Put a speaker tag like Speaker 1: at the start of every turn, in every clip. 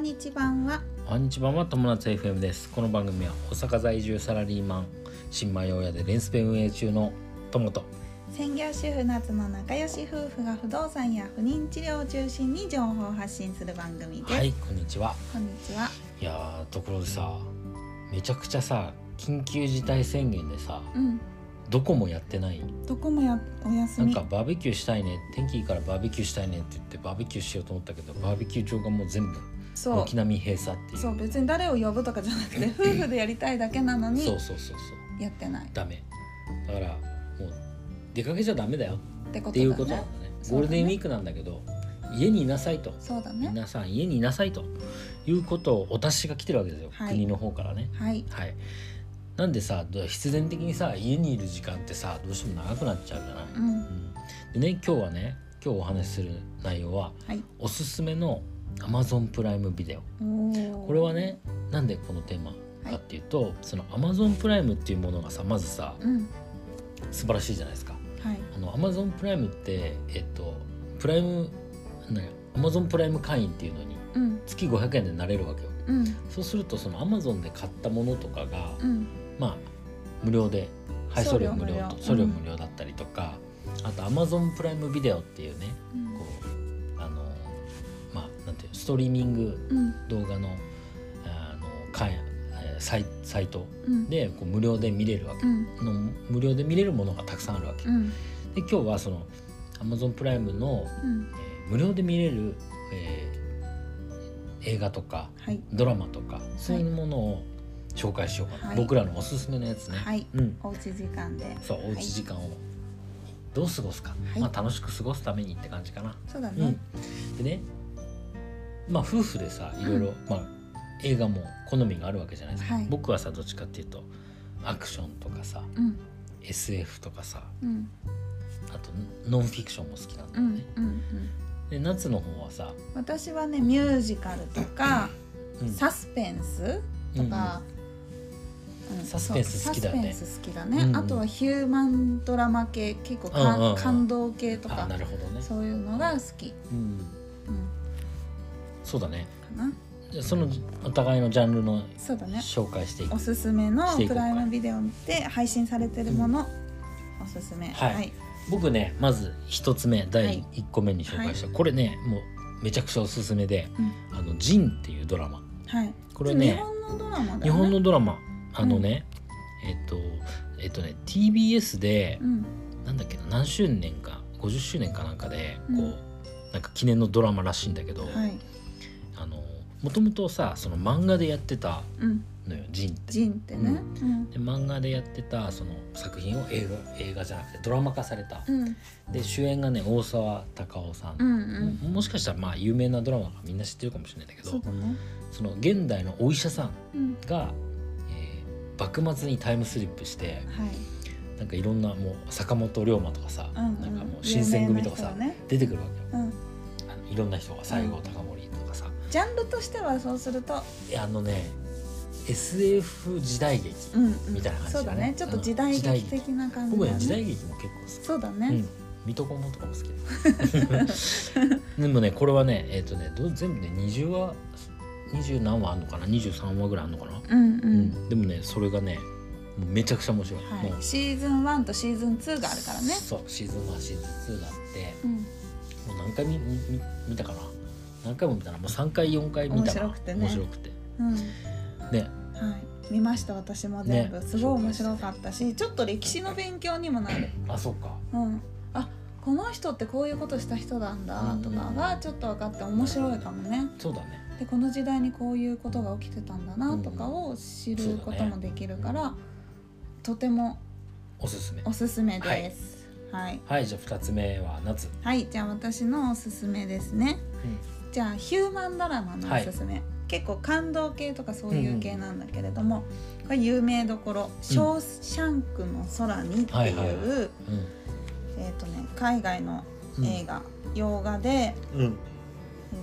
Speaker 1: 日版は
Speaker 2: こんにちは友達 FM ですこの番組は大阪在住サラリーマン新米親でレンスペ運営中の友と
Speaker 1: 専業主婦夏の仲良し夫婦が不動産や不妊治療を中心に情報を発信する番組です、
Speaker 2: はいこんにちは
Speaker 1: こんにちはい
Speaker 2: やーところでさめちゃくちゃさ緊急事態宣言でさ
Speaker 1: うん
Speaker 2: どこもやってない
Speaker 1: どこもやお休
Speaker 2: なん
Speaker 1: み
Speaker 2: かバーベキューしたいね天気いいからバーベキューしたいねって言ってバーベキューしようと思ったけどバーベキュー場がもう全部
Speaker 1: そ
Speaker 2: 軒並み閉鎖っていうう
Speaker 1: そう別に誰を呼ぶとかじゃなくて夫婦でやりたいだけなの
Speaker 2: そうそう
Speaker 1: に
Speaker 2: そうそう
Speaker 1: やってないっ
Speaker 2: ダメだからもう出かけちゃダメだよ
Speaker 1: てこ
Speaker 2: っていうこととな
Speaker 1: だ
Speaker 2: んだ
Speaker 1: ね
Speaker 2: ね
Speaker 1: そうだね
Speaker 2: ゴールデンウィークなんだけど家にいなさいと
Speaker 1: そうだね
Speaker 2: 皆さん家にいなさいということをお達しが来てるわけですよ、
Speaker 1: はい
Speaker 2: 国の方からね
Speaker 1: はい
Speaker 2: はいなんでさどう必然的にさ家にいる時間ってさどうしても長くなっちゃうじゃない、
Speaker 1: う
Speaker 2: うんんでね今日はね今日お話しする内容は
Speaker 1: はい
Speaker 2: おすすめの Amazon プライムビデオ
Speaker 1: お
Speaker 2: これはねなんでこのテーマかっていうと、その Amazon プライムっていうものがさまずさ
Speaker 1: うん
Speaker 2: 素晴らしいじゃないですか
Speaker 1: はい
Speaker 2: あの Amazon プライムってえっとプライムなんや Amazon プライム会員っていうのに
Speaker 1: うん
Speaker 2: 月500円でなれるわけよ
Speaker 1: うん
Speaker 2: そうするとその Amazon で買ったものとかが、
Speaker 1: うん
Speaker 2: まあ無料で配送料
Speaker 1: 送料
Speaker 2: 無
Speaker 1: 無料
Speaker 2: 料と
Speaker 1: うん
Speaker 2: 送料無料だったりとか、あと Amazon プライムビデオっていうねこうあのまあなんていうのストリーミング
Speaker 1: うん
Speaker 2: 動画のあの会えーサイサイト
Speaker 1: うん
Speaker 2: でこう無料で見れるわけ、
Speaker 1: うん
Speaker 2: の無料で見れるものがたくさんあるわけ、
Speaker 1: う
Speaker 2: で
Speaker 1: ん
Speaker 2: 今日はその Amazon プライムの、
Speaker 1: うん
Speaker 2: えー無料で見れる、えー映画とか
Speaker 1: はい
Speaker 2: ドラマとかそういうものを紹介しようかな、
Speaker 1: はい
Speaker 2: 僕らのおすすめのやつね、
Speaker 1: はい
Speaker 2: うん、
Speaker 1: おうち時間で
Speaker 2: そうおうち時間をどう過ごすか、
Speaker 1: はい
Speaker 2: まあ、楽しく過ごすためにって感じかな、
Speaker 1: そうだ
Speaker 2: う
Speaker 1: ね
Speaker 2: ん、でねまあ夫婦でさいろ
Speaker 1: う
Speaker 2: いろ、
Speaker 1: ん
Speaker 2: まあ、映画も好みがあるわけじゃないですか、
Speaker 1: はい
Speaker 2: 僕はさどっちかっていうとアクションとかさ
Speaker 1: うん
Speaker 2: SF とかさ
Speaker 1: うん
Speaker 2: あとノンフィクションも好きなんだ
Speaker 1: う
Speaker 2: よ
Speaker 1: ん
Speaker 2: ね、
Speaker 1: うんうん
Speaker 2: で夏の方はさ、
Speaker 1: 私はねミュージカルとか
Speaker 2: うん
Speaker 1: サスペンスとか、うん
Speaker 2: サスペンス好きだよね
Speaker 1: サスペンス好きだね、
Speaker 2: うんうん
Speaker 1: あとはヒューマンドラマ系結構か、
Speaker 2: うんうんうん
Speaker 1: 感動系と
Speaker 2: うんあ
Speaker 1: か
Speaker 2: なるほどね
Speaker 1: そういうのが好き、
Speaker 2: うん
Speaker 1: うん、
Speaker 2: そうだね
Speaker 1: かな
Speaker 2: じゃあそのお互いのジャンルの
Speaker 1: そうだね
Speaker 2: 紹介していく
Speaker 1: おすすめの
Speaker 2: していこ
Speaker 1: プ
Speaker 2: うか
Speaker 1: ライムビデオで配信されてるもの、おすすめ
Speaker 2: はい僕ねまず一つ目第一個目に紹介した、これねもうめちゃくちゃおすすめで「あのジン」っていうドラマ
Speaker 1: はい
Speaker 2: これ
Speaker 1: 日
Speaker 2: ね
Speaker 1: 本のドラマだよね
Speaker 2: 日本のドラマあのね、えっとえっとね TBS で
Speaker 1: う、ん
Speaker 2: なんだっけな何周年か50周年かなんかでこう、
Speaker 1: うん
Speaker 2: なんか記念のドラマらしいんだけど、
Speaker 1: はい
Speaker 2: あのもともとさその漫画でやってた
Speaker 1: うん
Speaker 2: のよ「ジン」って。
Speaker 1: ジンってねうん
Speaker 2: で漫画でやってたその作品を映画映画じゃなくてドラマ化された、
Speaker 1: うん
Speaker 2: で主演がね大沢たかおさん、
Speaker 1: うんうん
Speaker 2: ももしかしたらまあ有名なドラマがみんな知ってるかもしれないんだけど
Speaker 1: そうだね
Speaker 2: その現代のお医者さ
Speaker 1: う
Speaker 2: ん
Speaker 1: ん
Speaker 2: が、えー幕末にタイムスリップして
Speaker 1: はい
Speaker 2: なんかいろんなもう坂本龍馬とかさ、
Speaker 1: うんうん
Speaker 2: なんかもう新選組とかさ、
Speaker 1: 有名な人
Speaker 2: 出てくるわけよ
Speaker 1: ねうん
Speaker 2: あのいろんな人が西郷隆盛とかさ、
Speaker 1: ジャンルとしてはそうすると、
Speaker 2: いやあのね SF 時代劇、
Speaker 1: うんうん
Speaker 2: みたいな感じだ
Speaker 1: そ
Speaker 2: ね
Speaker 1: うだねちょっと時代劇的な感じ
Speaker 2: 僕
Speaker 1: だ
Speaker 2: ね
Speaker 1: ね
Speaker 2: 時代劇も結構好き
Speaker 1: そうだね、
Speaker 2: うん、水戸黄門とかも好きです でもねこれはねえっ、とねどう全部で20話20何話あるのかな23話ぐらいあるのかな、
Speaker 1: うんう、
Speaker 2: うんでもねそれがねもうめちゃくちゃ面白い、も
Speaker 1: は
Speaker 2: う
Speaker 1: い、シーズン1とシーズン2があるからね
Speaker 2: そうシーズン1シーズン2があって
Speaker 1: うん
Speaker 2: もう何回見見見たかな何回も見たなもう3回4回見
Speaker 1: 面
Speaker 2: たな
Speaker 1: 白くてね
Speaker 2: 面白くて
Speaker 1: うん
Speaker 2: ね
Speaker 1: はい見ました私も全部、
Speaker 2: ね
Speaker 1: すごい面白かったしちょっと歴史の勉強にもなる
Speaker 2: あそうか
Speaker 1: うんあこの人ってこういうことした人なんだとかがちょっと分かって面白いかもね
Speaker 2: そうだね
Speaker 1: でこの時代にこういうことが起きてたんだなとかを知ることもできるから、とても
Speaker 2: おすすめ
Speaker 1: おすすめです。はい。
Speaker 2: はいじゃあ2つ目は夏、
Speaker 1: はい、じゃあ私のおすすめですね。じゃあヒューマンドラマのおすすめ。結構感動系とかそういう系なんだけれども、これ有名どころ「ショーシャンクの空に」っていう、
Speaker 2: はいはいは
Speaker 1: えっ、とね海外の
Speaker 2: うん
Speaker 1: 映画、洋画で、えっ、
Speaker 2: うん、うん、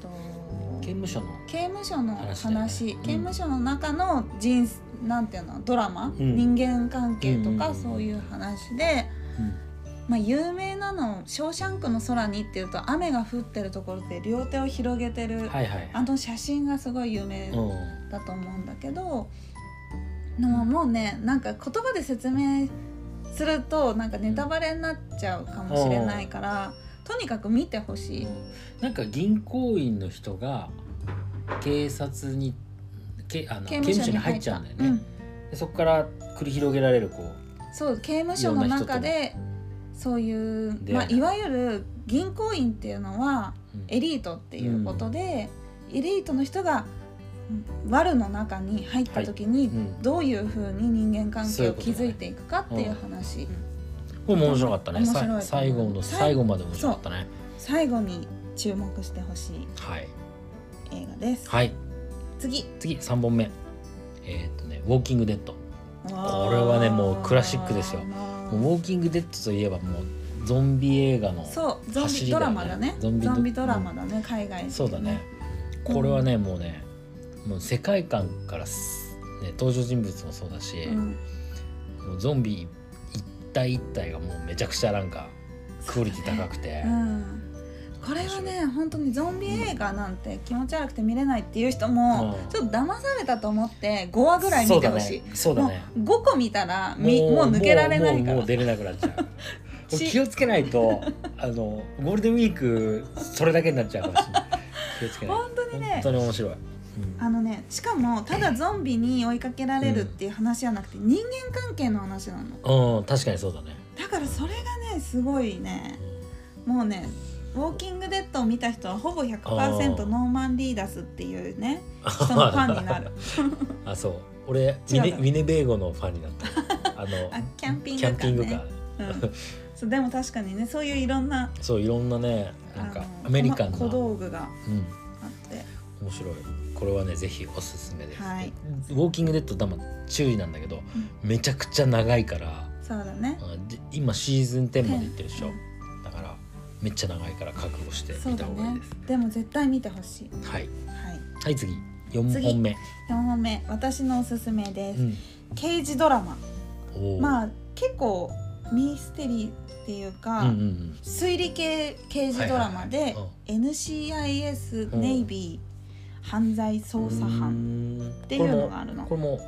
Speaker 1: と
Speaker 2: 刑務所の
Speaker 1: 刑務所の
Speaker 2: 話
Speaker 1: 話
Speaker 2: だよね
Speaker 1: 刑務所の中の人なんていうのドラマ、
Speaker 2: うん
Speaker 1: 人間関係とか
Speaker 2: うん
Speaker 1: そういう話で、
Speaker 2: うん
Speaker 1: まあ、有名なの「ショーシャンクの空に」っていうと雨が降ってるところで両手を広げてる、
Speaker 2: はいはい
Speaker 1: あの写真がすごい有名
Speaker 2: うん
Speaker 1: だと思うんだけど、でももうねなんか言葉で説明するとなんかネタバレになっちゃうかもしれないから、とにかく見てほしい。
Speaker 2: なんか銀行員の人が警察にけあの刑務所に入っちゃうんだよね、
Speaker 1: うん
Speaker 2: でそこから繰り広げられるこう
Speaker 1: そう刑務所の中でそういう、
Speaker 2: 出
Speaker 1: まあ、
Speaker 2: 会い
Speaker 1: いわゆる銀行員っていうのは
Speaker 2: うん
Speaker 1: エリートっていうことで、エリートの人がうん悪の中に入った時に、
Speaker 2: うん
Speaker 1: どういうふうに人間関
Speaker 2: そうい
Speaker 1: 係
Speaker 2: う
Speaker 1: を
Speaker 2: ことだね
Speaker 1: 築いていくかっていう話
Speaker 2: これも面白かったね
Speaker 1: 面白い
Speaker 2: さ最後の
Speaker 1: 最
Speaker 2: 最後まで面白かったね
Speaker 1: 最後に注目してほしい
Speaker 2: はい
Speaker 1: 映画です、
Speaker 2: はい
Speaker 1: 次
Speaker 2: 次3本目えーっとね「ウォーキング・デッド」
Speaker 1: これ
Speaker 2: はねもうクラシックですよもうウォーキング・デッドといえばもうゾンビ映画の
Speaker 1: そうゾン
Speaker 2: 走
Speaker 1: ビ
Speaker 2: り
Speaker 1: ド
Speaker 2: だよ
Speaker 1: ラ
Speaker 2: ね
Speaker 1: マだね
Speaker 2: ゾ
Speaker 1: ゾ
Speaker 2: ン
Speaker 1: ン
Speaker 2: ビド
Speaker 1: ビドラマだね、海外
Speaker 2: そうだね
Speaker 1: うん
Speaker 2: これはねもうねもう世界観からす、ね、登場人物もそうだし、
Speaker 1: うん
Speaker 2: もうゾンビ一体一体がもうめちゃくちゃなんかクオリティ高くて、
Speaker 1: うんこれはね本当にゾンビ映画なんて気持ち悪くて見れないっていう人も、
Speaker 2: うん
Speaker 1: ちょっと騙されたと思って5話ぐらい見てほしい
Speaker 2: そうだね
Speaker 1: もう5個見たら
Speaker 2: そうだね
Speaker 1: みもう抜けられない
Speaker 2: もう
Speaker 1: か
Speaker 2: もうも
Speaker 1: ら
Speaker 2: う出れなくなっちゃ う
Speaker 1: ち
Speaker 2: 気をつけないとあのゴールデンウィークそれだけになっちゃうかもしれない気をつけない
Speaker 1: 本当に
Speaker 2: 本
Speaker 1: ね
Speaker 2: 当に面白い、うん
Speaker 1: あのねしかもただゾンビに追いかけられるっていう話じゃなくて、人間関係の話なの
Speaker 2: うん、確かにそうだね。
Speaker 1: だからそれがねすごいねもうね「ウォーキング・デッド」を見た人はほぼ100%ノーマン・リーダスっていう ね人のファンになる
Speaker 2: あ、そう。俺
Speaker 1: 違
Speaker 2: ミ
Speaker 1: う
Speaker 2: ネ
Speaker 1: か
Speaker 2: ミネベーゴのファンになった。あの
Speaker 1: あキャンピング
Speaker 2: キ
Speaker 1: カ
Speaker 2: ャ
Speaker 1: ー
Speaker 2: ン
Speaker 1: ね
Speaker 2: ピングカー。
Speaker 1: うんそうでも確かにねそういういろんな
Speaker 2: そういろんなねなんか
Speaker 1: あの
Speaker 2: アメリカンな、
Speaker 1: 小
Speaker 2: うん、
Speaker 1: 道具があって
Speaker 2: 面白いこれはねぜひおすすめです、
Speaker 1: はい
Speaker 2: ウォーキングデッドだま注意なんだけど、めちゃくちゃ長いから
Speaker 1: そうだね
Speaker 2: あで今シーズン10までいってるでしょ、
Speaker 1: う
Speaker 2: だからめっちゃ長いから覚悟して
Speaker 1: そ
Speaker 2: 見
Speaker 1: う
Speaker 2: た
Speaker 1: だ
Speaker 2: 方がいい
Speaker 1: ね
Speaker 2: です、
Speaker 1: でも絶対見てほしい
Speaker 2: は
Speaker 1: は
Speaker 2: い
Speaker 1: い
Speaker 2: はい次4本目
Speaker 1: 4本目私のおすすめです、
Speaker 2: うん
Speaker 1: 刑事ドラマ
Speaker 2: おー
Speaker 1: まあ結構ミステリーっていうか、
Speaker 2: うんうん
Speaker 1: 推理系刑事ドラマで、
Speaker 2: はいはいはい
Speaker 1: NCIS ネイビー犯罪
Speaker 2: うん
Speaker 1: 捜査班
Speaker 2: 班
Speaker 1: っていうのがあるの
Speaker 2: これも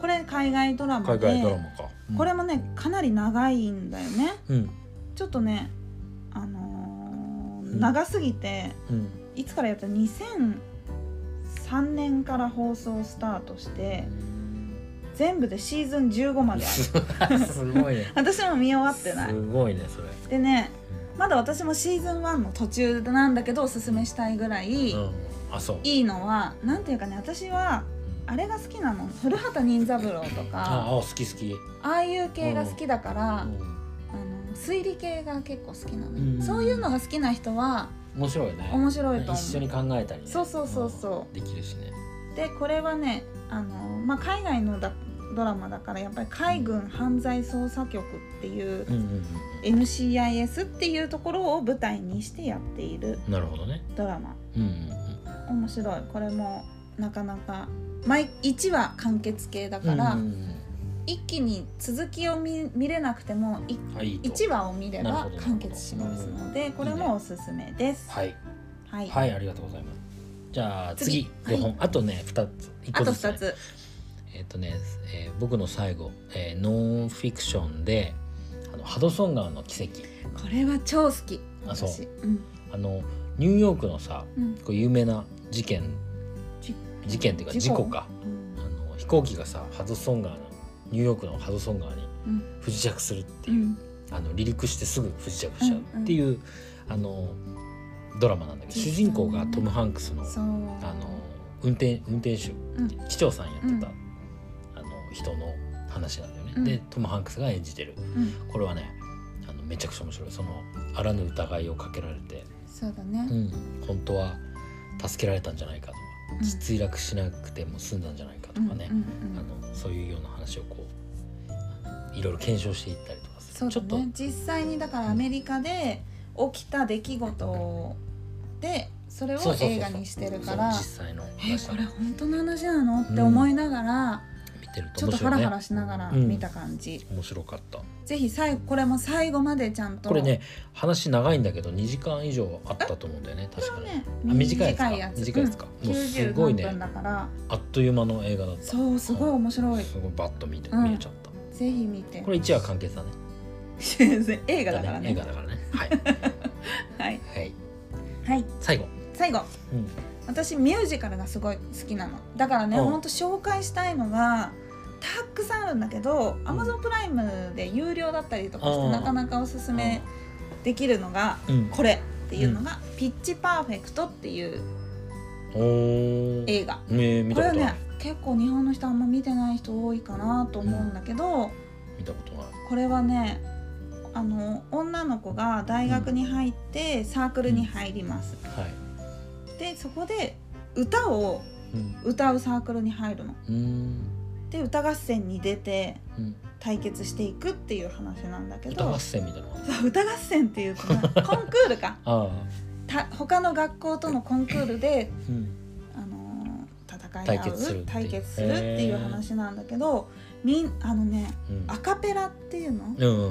Speaker 1: これ海外ドラマ
Speaker 2: 海
Speaker 1: で
Speaker 2: 外ドラマか、うん
Speaker 1: これもねかなり長いんだよね
Speaker 2: うん
Speaker 1: ちょっとねあのー
Speaker 2: うん
Speaker 1: 長すぎて
Speaker 2: うん
Speaker 1: いつからやった2003年から放送スタートして全部でシーズン15まである
Speaker 2: すごい ね
Speaker 1: 私も見終わってない
Speaker 2: すごいねそれ
Speaker 1: でねまだ私もシーズン1の途中なんだけどおすすめしたいぐらい、
Speaker 2: うんあそう
Speaker 1: いいのはなんていうかね私は
Speaker 2: うん
Speaker 1: あれが好きなの古畑任三郎と
Speaker 2: ああ
Speaker 1: か
Speaker 2: 好き好き
Speaker 1: ああいう系が好きだから、
Speaker 2: うん
Speaker 1: あの推理系が結構好きなの、
Speaker 2: うん
Speaker 1: そういうのが好きな人は
Speaker 2: 面白いね
Speaker 1: 面白いと思う
Speaker 2: 一緒に考えたりね
Speaker 1: そうそうそうそうん
Speaker 2: できるしね
Speaker 1: でこれはねあの、まあ、海外のだドラマだからやっぱり海軍犯罪捜査局っていう
Speaker 2: うんうんうん
Speaker 1: NCIS っていうところを舞台にしてやっている
Speaker 2: うんなるほどね
Speaker 1: ドラマ
Speaker 2: うんうん
Speaker 1: 面白いこれもなかなか毎1話完結系だ
Speaker 2: うん
Speaker 1: から、
Speaker 2: うんうん
Speaker 1: 一気に続きを見見れなくてもい
Speaker 2: うんあいいと
Speaker 1: 1話を見れ
Speaker 2: なる
Speaker 1: ば
Speaker 2: ほど
Speaker 1: 完結しますのでこれ
Speaker 2: いいね
Speaker 1: もおすすめです。
Speaker 2: はい
Speaker 1: はい、
Speaker 2: はいありがとうございますじゃあ
Speaker 1: 次
Speaker 2: 次
Speaker 1: はい
Speaker 2: 5本あとね2つ一
Speaker 1: あ
Speaker 2: 個
Speaker 1: と
Speaker 2: ずつ
Speaker 1: 2
Speaker 2: ね
Speaker 1: つ
Speaker 2: えっとねえー僕の最後えーノンフィクションであのハドソン川の奇跡
Speaker 1: これは超好き
Speaker 2: あそう
Speaker 1: 私うん
Speaker 2: あのニューヨークのさ
Speaker 1: うん
Speaker 2: こう有名な事件
Speaker 1: じ
Speaker 2: 事件っていうか事
Speaker 1: 事故
Speaker 2: 故か
Speaker 1: うん
Speaker 2: あの飛行機がさハドソン川のニューヨークのハドソン川に
Speaker 1: うん
Speaker 2: 不時着するって
Speaker 1: う
Speaker 2: いう、
Speaker 1: ん
Speaker 2: あの離陸してすぐ不時着しちゃうっていう、あのドラマなんだけど
Speaker 1: 実
Speaker 2: 主
Speaker 1: 際
Speaker 2: 人公がトム・ハンクスの
Speaker 1: そう
Speaker 2: あの運転運転手
Speaker 1: うん
Speaker 2: 市長さんやってた、
Speaker 1: うん
Speaker 2: あの人の話なんだよね。
Speaker 1: うん
Speaker 2: でトム・ハンクスが演じてる
Speaker 1: うん
Speaker 2: これはねあのめちゃくちゃ面白いそのあらぬ疑いをかけられて、
Speaker 1: そうだね
Speaker 2: うん、本当は助けられたんじゃないかとか、
Speaker 1: うん
Speaker 2: 墜落しなくても済んだんじゃないかとかね、
Speaker 1: うんうん
Speaker 2: あ
Speaker 1: うん
Speaker 2: のそういうような話をこういろいろ検証していったりとかす
Speaker 1: そ
Speaker 2: る
Speaker 1: う
Speaker 2: ちょ
Speaker 1: だ
Speaker 2: っと
Speaker 1: ね実際にだからアメリカで起きた出来事でそれを
Speaker 2: そうそうそうそ
Speaker 1: 映
Speaker 2: う
Speaker 1: 画にしてるから
Speaker 2: そう実際の
Speaker 1: え
Speaker 2: 話
Speaker 1: これ本当の話なのって思いながら、
Speaker 2: う見てる
Speaker 1: ち
Speaker 2: と
Speaker 1: ょっ
Speaker 2: 面
Speaker 1: と
Speaker 2: 白
Speaker 1: ハ
Speaker 2: いね
Speaker 1: ラハラしながら見た感じ、
Speaker 2: 面白かった
Speaker 1: ぜひ最後これも最後までちゃんと
Speaker 2: これね話長いんだけど2時間以上あったと思うんだよね確かに、
Speaker 1: ね
Speaker 2: あ短いやつか
Speaker 1: やつ
Speaker 2: 短いやつか
Speaker 1: うん
Speaker 2: もうすごいね
Speaker 1: 90分だから
Speaker 2: あっという間の映画だったす
Speaker 1: そうすごい面白い
Speaker 2: ごいバッと見て、
Speaker 1: うん
Speaker 2: 見えちゃった
Speaker 1: ぜひ見 て
Speaker 2: これ一話完結だね
Speaker 1: 映画だから
Speaker 2: 映
Speaker 1: ね
Speaker 2: 画だからねはい、
Speaker 1: はい、
Speaker 2: はい、
Speaker 1: はい、
Speaker 2: 最後、
Speaker 1: 最後
Speaker 2: うん
Speaker 1: 私ミュージカルがすごい好きなのだからね
Speaker 2: うん
Speaker 1: ほんと紹介したいのがたくさんあるんだけど Amazon プライムで有料だったりとかし
Speaker 2: う
Speaker 1: て
Speaker 2: ん
Speaker 1: なかなかおすすめできるのが
Speaker 2: うん、
Speaker 1: これっていうのが「ピッチパーフェクト」っていう
Speaker 2: おーえ
Speaker 1: 映画
Speaker 2: ー、見
Speaker 1: こ
Speaker 2: た
Speaker 1: れ
Speaker 2: こ
Speaker 1: は
Speaker 2: とない、
Speaker 1: ね結構日本の人あんま見てない人多いかなと思うんだけど
Speaker 2: 見たことない
Speaker 1: これはねあの女の子が大学に入ってサークルに入ります
Speaker 2: はい
Speaker 1: でそこで歌を
Speaker 2: うん
Speaker 1: 歌うサークルに入るの。
Speaker 2: うーん
Speaker 1: で歌合戦に出て
Speaker 2: うん
Speaker 1: 対決していくっていう話なんだけ
Speaker 2: 歌
Speaker 1: ど
Speaker 2: 合戦みたいなのがある
Speaker 1: そう歌合戦っていうかなコンクールか
Speaker 2: あ
Speaker 1: た他の学校とのコンクールで、
Speaker 2: ー、うん、
Speaker 1: あのー戦い
Speaker 2: 対
Speaker 1: 合
Speaker 2: 決するっ
Speaker 1: う
Speaker 2: て
Speaker 1: 対決するっていう話なんだけどみんあのね
Speaker 2: うん
Speaker 1: アカペラっていうの
Speaker 2: うんう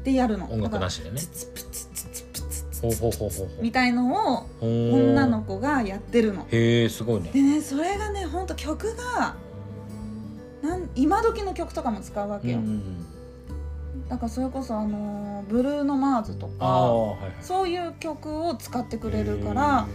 Speaker 2: ん、
Speaker 1: でやるの
Speaker 2: 音楽な
Speaker 1: し
Speaker 2: しでね
Speaker 1: ツツプツツツプツツ
Speaker 2: ほう
Speaker 1: ツ
Speaker 2: ほうほうほうほう
Speaker 1: みたいのを
Speaker 2: ほー
Speaker 1: 女の子がやってるの。
Speaker 2: へえすごいね
Speaker 1: でねそれがねほんと曲がなん今時の曲とかも使うわ
Speaker 2: う
Speaker 1: け
Speaker 2: んう
Speaker 1: よ。
Speaker 2: ん
Speaker 1: だからそれこそあのーブルーノ・マーズと
Speaker 2: ああ
Speaker 1: か
Speaker 2: はいはい
Speaker 1: そういう曲を使ってくれるから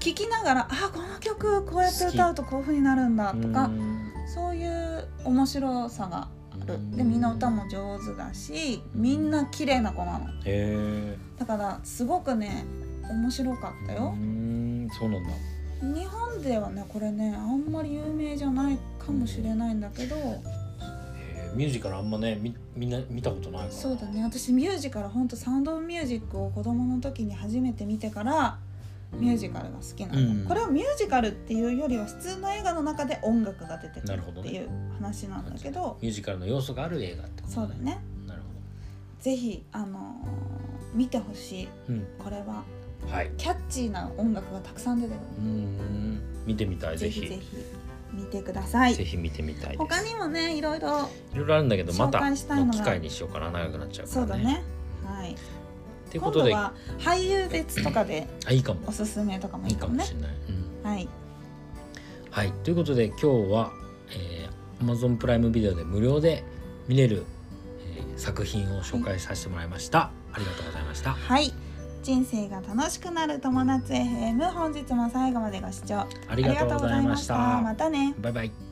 Speaker 1: 聴きながら「あこの曲こうやって歌うとこういうふうになるんだ」
Speaker 2: へー
Speaker 1: とか
Speaker 2: うん
Speaker 1: そういう面白さがあ
Speaker 2: う
Speaker 1: る
Speaker 2: ん
Speaker 1: でみんな歌も上手だしみんな綺麗な子なの
Speaker 2: へえ
Speaker 1: だからすごくね面白かったよ
Speaker 2: うんそうなんだ
Speaker 1: 日本ではねこれねあんまり有名じゃないかもしれないんだけど
Speaker 2: へーミュージカルあんまねみみんな見たことないから
Speaker 1: そうだね私ミュージカルほんとサウンド・オブ・ミュージックを子供の時に初めて見てからミュージカルが好きなの、
Speaker 2: うん
Speaker 1: これはミュージカルっていうよりは普通の映画の中で音楽が出てく
Speaker 2: な
Speaker 1: る
Speaker 2: るほど
Speaker 1: って
Speaker 2: ね
Speaker 1: いう話なんだけど
Speaker 2: ミュージカルの要素がある映画ってこと
Speaker 1: そうだね
Speaker 2: なるほ
Speaker 1: ぜひあのー見てほしい
Speaker 2: どう
Speaker 1: これは
Speaker 2: んはい
Speaker 1: キャッチーな音楽がたくさん出てくる
Speaker 2: うん見てみたいぜ
Speaker 1: ぜ
Speaker 2: ひ
Speaker 1: ひ
Speaker 2: ぜ
Speaker 1: ぜ
Speaker 2: ひ
Speaker 1: ひ見てください
Speaker 2: 見てみたいです
Speaker 1: 他にもねいろいろ
Speaker 2: いろいろあるんだけどまた
Speaker 1: 紹介したいの
Speaker 2: の
Speaker 1: が
Speaker 2: 機会にしようかな長くなっちゃうか
Speaker 1: そう
Speaker 2: ら
Speaker 1: だ
Speaker 2: ね
Speaker 1: ねはい
Speaker 2: っていうこ
Speaker 1: 今
Speaker 2: と
Speaker 1: 度
Speaker 2: で
Speaker 1: は俳優別とかで
Speaker 2: あいいかも
Speaker 1: おすすめとかもい
Speaker 2: い
Speaker 1: い
Speaker 2: い
Speaker 1: か
Speaker 2: か
Speaker 1: も
Speaker 2: も
Speaker 1: ね
Speaker 2: しれないうん
Speaker 1: はい
Speaker 2: はいということで今日は、えー、Amazon プライムビデオで無料で見れる、えー作品を紹介させてもらいました、ありがとうございました
Speaker 1: はい人生が楽しくなる友達 FM 本日も最後までご視聴
Speaker 2: ありがとうございました
Speaker 1: ありがとうございましたまたね
Speaker 2: バイバイ